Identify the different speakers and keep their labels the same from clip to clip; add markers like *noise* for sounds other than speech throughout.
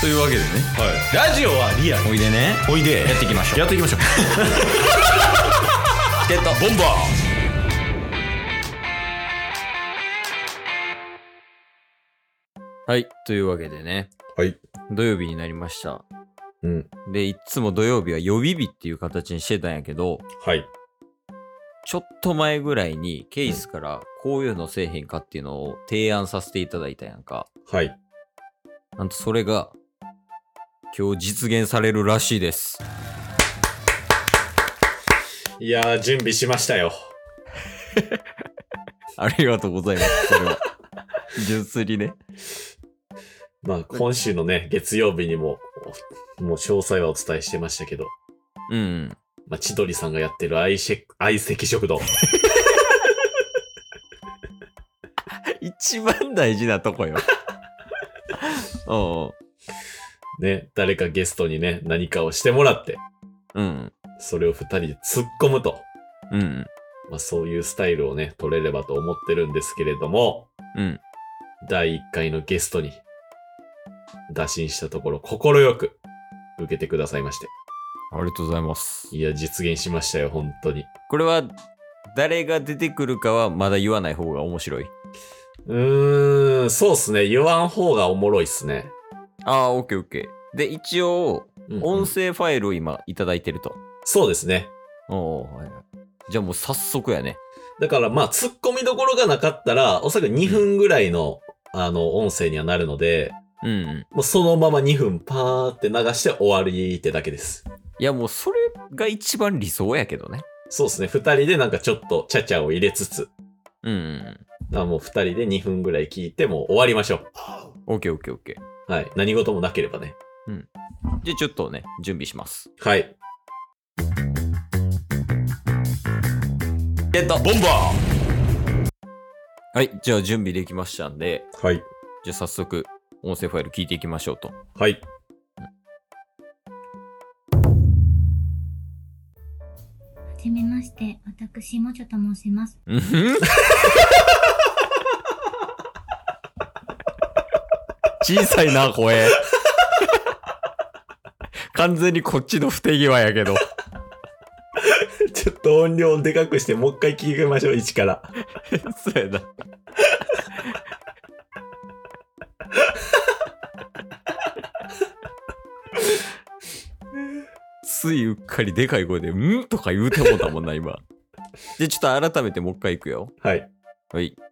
Speaker 1: というわけでね
Speaker 2: ラジオはリアル
Speaker 1: おいでね
Speaker 2: おいで
Speaker 1: やっていきましょう
Speaker 2: やっていきましょう
Speaker 1: チケットボンバーはいというわけでね
Speaker 2: はい
Speaker 1: 土曜日になりました
Speaker 2: うん
Speaker 1: でいっつも土曜日は予備日っていう形にしてたんやけど
Speaker 2: はい
Speaker 1: ちょっと前ぐらいにケイスからこういうのせえへんかっていうのを提案させていただいたやんか
Speaker 2: はい
Speaker 1: なんとそれが今日実現されるらしいです
Speaker 2: いやー準備しましたよ
Speaker 1: ありがとうございますそれは *laughs* 純粋にね
Speaker 2: まあ今週のね月曜日にももう詳細はお伝えしてましたけど、
Speaker 1: うんうん
Speaker 2: まあ、千鳥さんがやってる相席相席食堂
Speaker 1: *laughs* 一番大事なとこよ *laughs* おう
Speaker 2: ね誰かゲストにね何かをしてもらって
Speaker 1: うん
Speaker 2: それを二人で突っ込むと、
Speaker 1: うん
Speaker 2: まあ、そういうスタイルをね取れればと思ってるんですけれども
Speaker 1: うん
Speaker 2: 第1回のゲストに打診したところ快く受けてくださいまして
Speaker 1: ありがとうございます
Speaker 2: いや実現しましたよ本当に
Speaker 1: これは誰が出てくるかはまだ言わない方が面白いう
Speaker 2: ーん、そうっすね。言わん方がおもろいっすね。
Speaker 1: ああオッケーオッケーで一応
Speaker 2: うんうん
Speaker 1: 音声ファイルを今いただいてると、
Speaker 2: そうですね。
Speaker 1: おお、はいはい、じゃあもう早速やね
Speaker 2: だからまあ、突っ込みどころがなかったら、おそらく2分ぐらいの、あの、音声にはなるので、
Speaker 1: うん、うん、
Speaker 2: もうそのまま2分パーって流して終わりってだけです。
Speaker 1: いやもうそれが一番理想やけどね
Speaker 2: そうですね。2人でなんかちょっとちゃちゃを入れつつ、
Speaker 1: うんうん
Speaker 2: あもう2人で2分ぐらい聞いてもう終わりましょ
Speaker 1: オッケーオッケーオッケー
Speaker 2: う。はい。何事もなければね。
Speaker 1: じゃあちょっとね準備します
Speaker 2: はい。
Speaker 1: ゲット
Speaker 2: ボンバ
Speaker 1: はいじゃあ準備できましたんで
Speaker 2: ーはい。
Speaker 1: じゃあ早速音声ファイル聞いていきましょうと
Speaker 2: はい。 *laughs*
Speaker 3: はじめまして、私もちょと申します。
Speaker 1: うんふん *laughs* 小さいな、声。完全にこっちの不手際やけど。
Speaker 2: ちょっと音量をでかくして、もう一回聞いてみましょう、一から。
Speaker 1: *laughs* そうやな。ついうっかりでかい声で「ん?」とか言うてもうたもんな今でちょっと改めてもう一回いくよ
Speaker 2: はい。
Speaker 1: はい
Speaker 3: は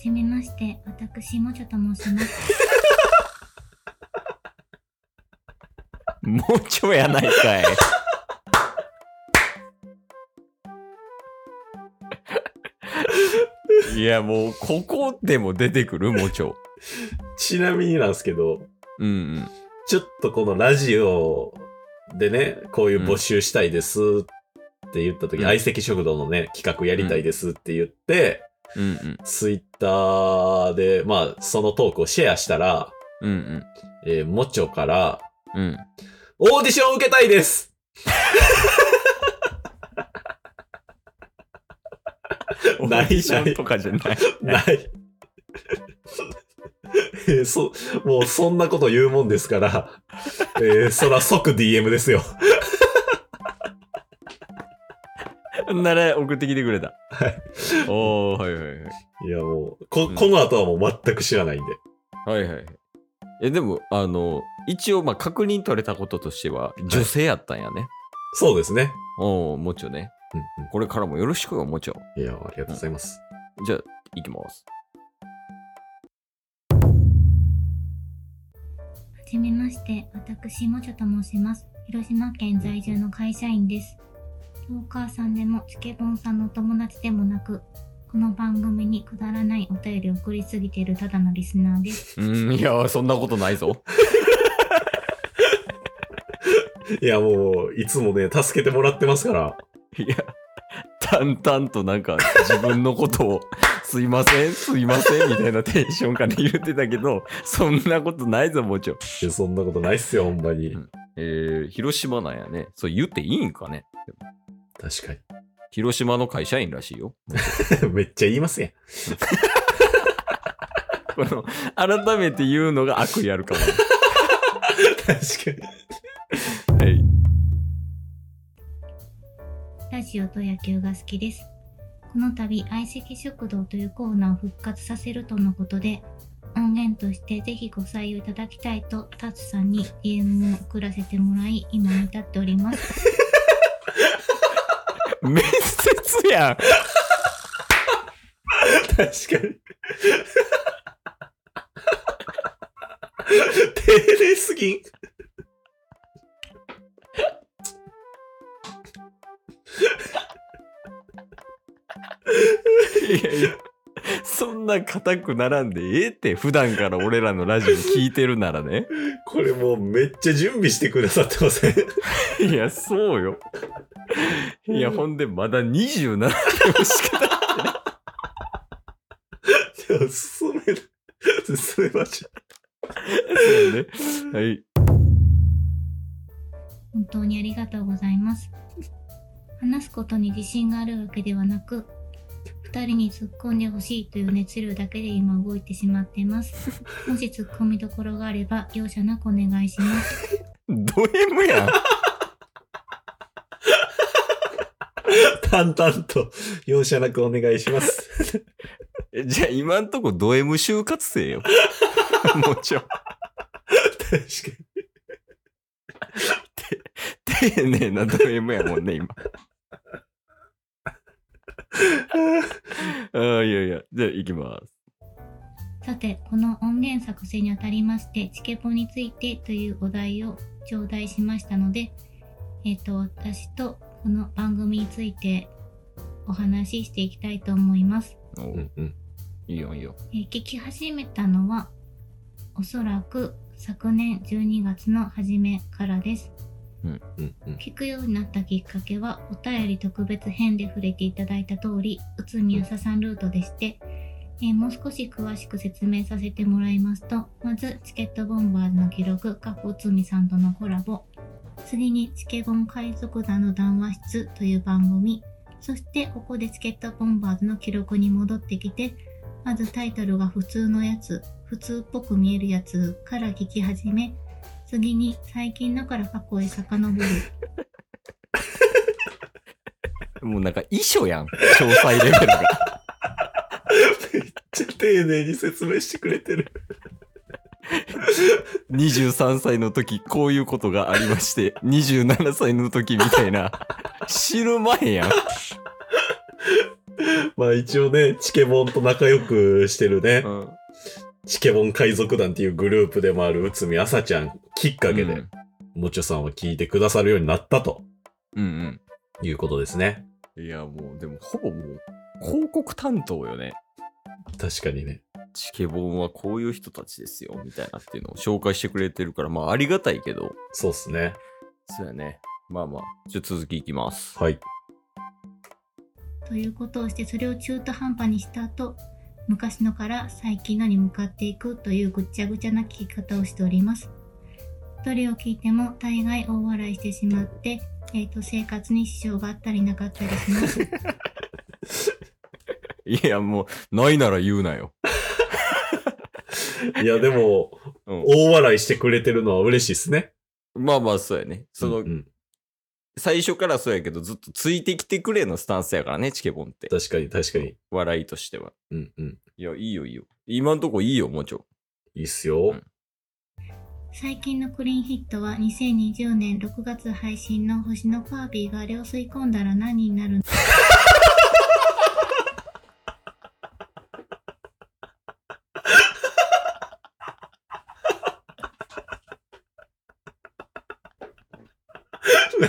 Speaker 3: じめまして、私もちょと申します。
Speaker 1: もうちょいやないかい。いや、もう、ここでも出てくる、もちょ。
Speaker 2: ちなみになんですけど、
Speaker 1: うんうん。
Speaker 2: ちょっとこのラジオでね、こういう募集したいですって言った時、
Speaker 1: うん
Speaker 2: 相席食堂のね、企画やりたいですって言って、
Speaker 1: うんうん。
Speaker 2: ツイッターで、まあ、そのトークをシェアしたら、
Speaker 1: うん
Speaker 2: えー、もちょから、
Speaker 1: うん。うん。
Speaker 2: オーディションを受けたいですないない
Speaker 1: とかじゃない。
Speaker 2: ない。 *laughs* えーそ、もうそんなこと言うもんですから、 *laughs* えー、そら即 DM ですよ。
Speaker 1: なら、送ってきてくれた。
Speaker 2: はい。
Speaker 1: おー、はいはいはい。
Speaker 2: いやもう、こ、この後はもう全く知らないんで。
Speaker 1: はいはい。え、でも、あの、一応、まあ、確認取れたこととしては、女性やったんやね。
Speaker 2: そうですね。
Speaker 1: おー、もちょね。これからもよろしくよ、もちょ。
Speaker 2: いや、ありがとうございます。
Speaker 1: じゃあ、いきます。
Speaker 3: はじめまして、私もちょと申します。広島県在住の会社員です。お母さんでも、スケボンさんのお友達でもなく、この番組にくだらないお便りを送りすぎているただのリスナーです。
Speaker 1: うん、いや、そんなことないぞ。
Speaker 2: *laughs* いや、もう、いつもね、助けてもらってますから。
Speaker 1: いや、淡々となんか自分のこと *laughs* を、すいません、すいません、みたいなテンションから言ってたけど、そんなことないぞ、もちろん。
Speaker 2: いやそんなことないっすよ、 *laughs* ほんまに
Speaker 1: う。んえー、広島なんやね。そう言っていいんかね。
Speaker 2: 確か
Speaker 1: 広
Speaker 2: *laughs*
Speaker 1: 島の会社員らしいよ。
Speaker 2: に。めっちゃ言いますやん。
Speaker 1: この改めて言うのが悪意あるかも。
Speaker 2: 確か
Speaker 1: はい、
Speaker 3: ラジオと野球が好きです。この度、相席食堂というコーナーを復活させるとのことで、音源としてぜひご採用いただきたいと、タツさんに DM を送らせてもらい、今に至っております。
Speaker 1: *laughs* 面接やん
Speaker 2: に。確かに。 *laughs* 丁寧すぎん。
Speaker 1: いやいや、そんな硬くならんでええって、普段から俺らのラジオ聞いてるならね。
Speaker 2: これもうめっちゃ準備してくださってません。
Speaker 1: いや、そうよ。いや、ほんで、まだ27秒しか。
Speaker 2: でも *laughs* 進めない。進めましょ
Speaker 1: そうね。はい。
Speaker 3: 本当にありがとうございます。話すことに自信があるわけではなく、二人に突っ込んでほしいという熱量だけで今動いてしまっています。もし突っ込みどころがあれば、容赦なくお願いします。
Speaker 1: ド M やん。
Speaker 2: う。淡々と容赦なくお願いします。
Speaker 1: えじゃあ、今んとこド M 就活生 *laughs* よ。もうちょ、
Speaker 2: *laughs* 確か
Speaker 1: 丁寧なド M やもんね、 *laughs* 今。
Speaker 2: に。
Speaker 1: あーいやいや、じゃあ、行きます。
Speaker 3: さて、この音源作成にあたりまして、チケポについてというお題を頂戴しましたので、えっ、と、私とこの番組についてお話ししていきたいと思います。
Speaker 1: お
Speaker 2: う
Speaker 1: うん
Speaker 2: うん。
Speaker 1: いいよ、いいよ。
Speaker 3: えー聞き始めたのは、おそらく昨年12月の初めからです。
Speaker 2: うんうん。
Speaker 3: 聞くようになったきっかけはお便り特別編で触れていただいた通り内海朝さんルートでして、えーもう少し詳しく説明させてもらいますとまずチケットボンバーズの記録かっこ内海さんとのコラボ次にチケボン海賊団の談話室という番組そしてここでチケットボンバーズの記録に戻ってきてまずタイトルが普通のやつ普通っぽく見えるやつから聞き始め次に最近のから過去へ遡る
Speaker 1: もうなんか、遺書やん。詳細レベルが。
Speaker 2: *laughs* めっちゃ丁寧に説明してくれてる。
Speaker 1: 23歳の時こういうことがありまして27歳の時みたい *laughs* な知る前やん
Speaker 2: まあ一応ね、チケボンと仲良くしてるね、チケボン海賊団っていうグループでもある内海朝ちゃんきっかけで、
Speaker 1: うん
Speaker 2: もちょさんは聞いてくださるようになったと
Speaker 1: うん
Speaker 2: いうことです
Speaker 1: う
Speaker 2: ね。
Speaker 1: んいやもうでもほぼもう広告担当よね
Speaker 2: 確かにね。
Speaker 1: チケボンはこういう人たちですよみたいなっていうのを紹介してくれてるからまあありがたいけど
Speaker 2: そうっすね。
Speaker 1: そうやねまあまあじゃあ続きいきます *laughs*
Speaker 2: はい。
Speaker 3: ということをしてそれを中途半端にした後昔のから最近のに向かっていくというぐっちゃぐちゃな聞き方をしておりますどれを聞いても大概大笑いしてしまって、えー、と生活に支障があったりなかったりします
Speaker 1: いやもうないなら言うなよ、
Speaker 2: いやでも、
Speaker 1: うん
Speaker 2: 大笑いしてくれてるのは嬉しいっすね。
Speaker 1: まあまあそうやねその、
Speaker 2: うんうん
Speaker 1: 最初からそうやけどずっとついてきてくれのスタンスやからねチケボンって
Speaker 2: 確かに確かに。
Speaker 1: 笑いとしては
Speaker 2: うんうん。
Speaker 1: いや、いいよ、いいよ。今んとこいいよ、もうちょ。
Speaker 2: いいっすよ。
Speaker 1: うん
Speaker 3: 最近のクリーンヒットは2020年6月配信の星のファービーがあれを吸い込んだら何になるの
Speaker 2: *laughs*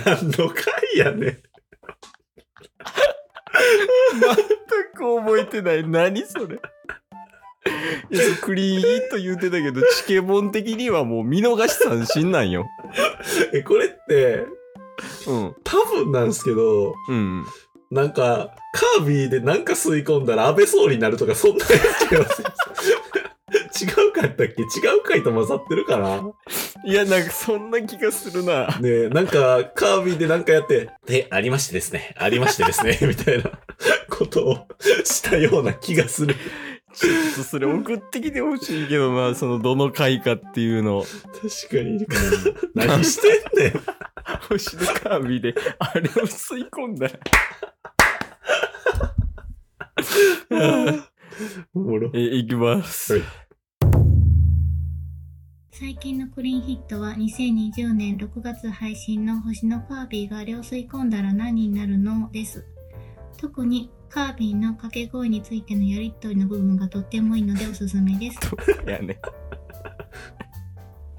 Speaker 2: 何の回やねん。
Speaker 1: 全く覚えてない。何それ。いや、そうクリーンヒット言うてたけど、チケボン的にはもう見逃し三振なんよ。
Speaker 2: え、これって、
Speaker 1: うん。
Speaker 2: 多分なんですけど、
Speaker 1: うん。
Speaker 2: なんか、カービィでなんか吸い込んだら安倍総理になるとか、そんなやつ違います。違うかったっけ違う回と混ざってるかない
Speaker 1: や、なんかそんな気がするな。
Speaker 2: ねえ、なんか、カービィでなんかやって、で、あり
Speaker 1: *laughs*
Speaker 2: ましてですね、ありましてですね、みたいなことをしたような気がする。
Speaker 1: ちょっとそれ送ってきてほしいけどな、そのどの回かっていうの。
Speaker 2: 確かに。 *laughs* 何してんねん。
Speaker 1: 星のカービィで、あれを吸い込んだら。 *laughs*
Speaker 2: おもろ。
Speaker 1: え、いきます。
Speaker 2: はい
Speaker 3: 最近のクリーンヒットは2020年6月配信の星のカービィが量吸い込んだら何になるのです。特にカービィの掛け声についてのやりとりの部分がとってもいいのでおすすめです。
Speaker 1: いやね。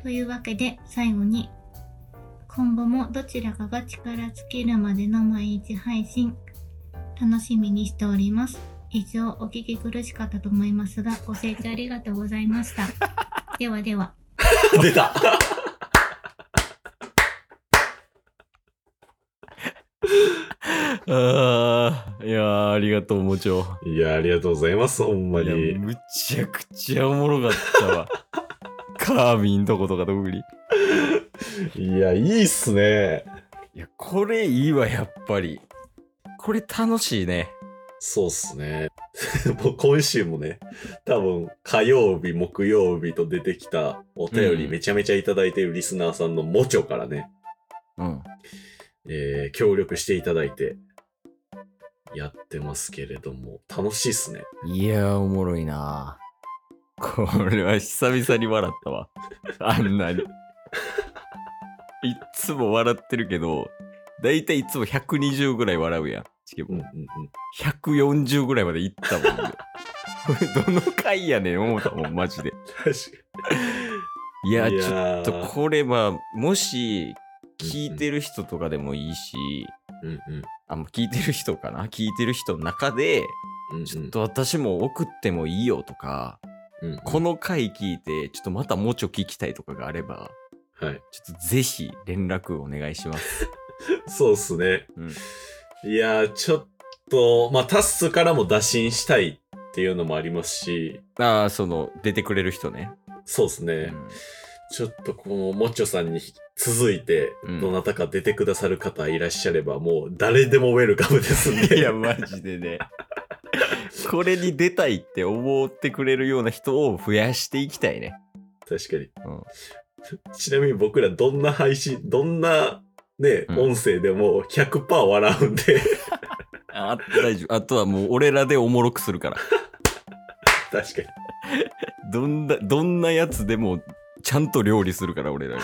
Speaker 3: というわけで最後に今後もどちらかが力尽きるまでの毎日配信楽しみにしております以上お聞き苦しかったと思いますがご清聴ありがとうございましたではでは
Speaker 2: 出た。
Speaker 1: ああ、いやー、ありがとう、もちろん。
Speaker 2: いや、ありがとうございます、ほんま
Speaker 1: いや
Speaker 2: に。
Speaker 1: むちゃくちゃおもろかったわカービィんとことか特にい
Speaker 2: いや、いいっすね。
Speaker 1: やこれいいわやっぱりこれ楽しいね
Speaker 2: そうっすね。 *laughs* もう今週もね、多分火曜日、木曜日と出てきたお便り
Speaker 1: うん
Speaker 2: めちゃめちゃいただいているリスナーさんのモチョからね、
Speaker 1: うん
Speaker 2: えー協力していただいてやってますけれども、楽しいっすね。
Speaker 1: いやーおもろいなこれは久々に笑ったわあんなにいっつも笑ってるけどだいたいいつも120ぐらい笑うやんチケ
Speaker 2: う
Speaker 1: ボ
Speaker 2: んう
Speaker 1: ン
Speaker 2: ん
Speaker 1: *laughs*
Speaker 2: うん。
Speaker 1: 140ぐらいまでいったもんねこれどの回やねん思ったもんマジで
Speaker 2: 確か
Speaker 1: い
Speaker 2: に。
Speaker 1: やーちょっと
Speaker 2: ょ
Speaker 1: ちょっとこれはもし聞いてる人とかでもいいし、
Speaker 2: うんうん
Speaker 1: あもう聞いてる人かな *laughs* 聞いてる人の中で
Speaker 2: うんうん。
Speaker 1: ちょっと私も送ってもいいよとか、
Speaker 2: うんうん、
Speaker 1: この回聞いてちょっとまたもうちょ聞きたいとかがあれば
Speaker 2: はい。
Speaker 1: ちょっとぜひ連絡お願いし *laughs* ます。
Speaker 2: そうっすね。
Speaker 1: うん
Speaker 2: いやー、ちょっと、まあ、タッスからも打診したいっていうのもありますし、
Speaker 1: ああその出てくれる人ね。
Speaker 2: そうっすね。
Speaker 1: うん
Speaker 2: ちょっとこのモッチョさんに続いて
Speaker 1: う、ん
Speaker 2: どなたか出てくださる方いらっしゃれば、もう誰でもウェルカムですんで。
Speaker 1: *laughs* いやマジでね。これに出たいって思ってくれるような人を増やしていきたいね。
Speaker 2: 確かに、
Speaker 1: うん
Speaker 2: ちなみに僕らどんな配信、どんなね、
Speaker 1: うん
Speaker 2: 音声でも100%笑うんで、 *laughs*
Speaker 1: あ大丈夫。あとはもう俺らでおもろくするから。
Speaker 2: 確かに。
Speaker 1: どんな、どんなやつでも、ちゃんと料理するから、俺らが。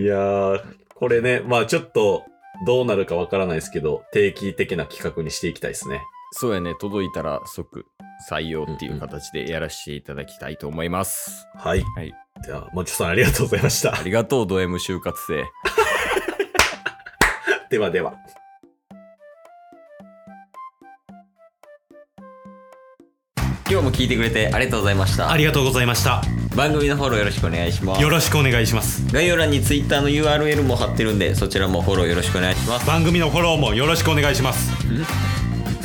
Speaker 2: いやー、これね、まあちょっとどうなるかわからないですけど、定期的な企画にしていきたいですね。
Speaker 1: そうやね、届いたら即採用っていう形でやらせていただきたいと思います。
Speaker 2: はい。
Speaker 1: はい
Speaker 2: では、モッチョさんありがとうございました
Speaker 1: あ。りがとう、ド M 就活生。
Speaker 2: ではでは。
Speaker 1: 今日も聞いてくれてありがとうございました
Speaker 4: あ。りがとうございました。
Speaker 1: 番組のフォローよろしくお願いします
Speaker 4: よ。ろしくお願いします。
Speaker 1: 概要欄に Twitter の URL も貼ってるんで、そちらもフォローよろしくお願いします。
Speaker 4: 番組のフォローもよろしくお願いします。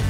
Speaker 4: す